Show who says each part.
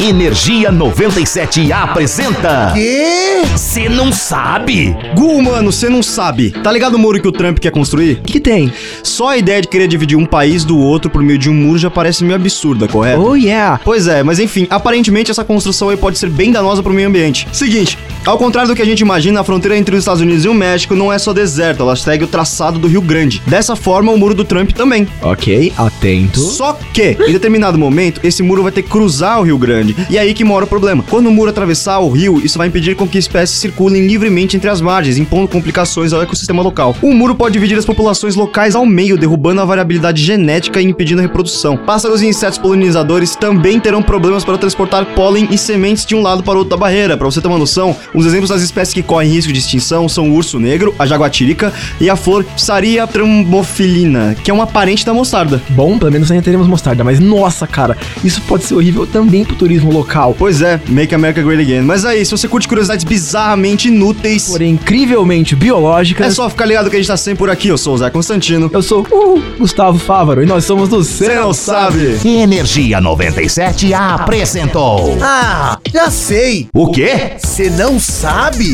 Speaker 1: Energia 97 apresenta.
Speaker 2: Quê?
Speaker 1: Você não sabe?
Speaker 2: Gu, mano, você não sabe. Tá ligado o muro que o Trump quer construir?
Speaker 3: que tem?
Speaker 2: Só a ideia de querer dividir um país do outro por meio de um muro já parece meio absurda, correto?
Speaker 3: Oh yeah!
Speaker 2: Pois é, mas enfim, aparentemente essa construção aí pode ser bem danosa pro meio ambiente. Seguinte, ao contrário do que a gente imagina, a fronteira entre os Estados Unidos e o México não é só deserta, ela segue o traçado do Rio Grande. Dessa forma, o muro do Trump também.
Speaker 3: Ok, atento.
Speaker 2: Só que, em determinado momento, esse muro vai ter que cruzar o Rio Grande. E é aí que mora o problema. Quando o muro atravessar o rio, isso vai impedir com que espécies circulem livremente entre as margens, impondo complicações ao ecossistema local. O muro pode dividir as populações locais ao meio, derrubando a variabilidade genética e impedindo a reprodução. Pássaros e insetos polinizadores também terão problemas para transportar pólen e sementes de um lado para o outro da barreira. Para você ter uma noção, os exemplos das espécies que correm risco de extinção são o urso negro, a jaguatirica e a flor Psaria trombofilina, que é uma parente da mostarda.
Speaker 3: Bom, pelo menos ainda teremos mostarda, mas nossa, cara, isso pode ser horrível também pro turismo local.
Speaker 2: Pois é, Make America Great Again. Mas aí, se você curte curiosidades bizarramente inúteis,
Speaker 3: Porém, incrivelmente biológicas.
Speaker 2: é só ficar ligado que a gente tá sempre por aqui. Eu sou o Zé Constantino.
Speaker 3: Eu sou o Gustavo Fávaro e nós somos do
Speaker 2: Você não sabe!
Speaker 1: Energia 97 apresentou.
Speaker 4: Ah, já sei.
Speaker 1: O quê?
Speaker 4: Você não sabe?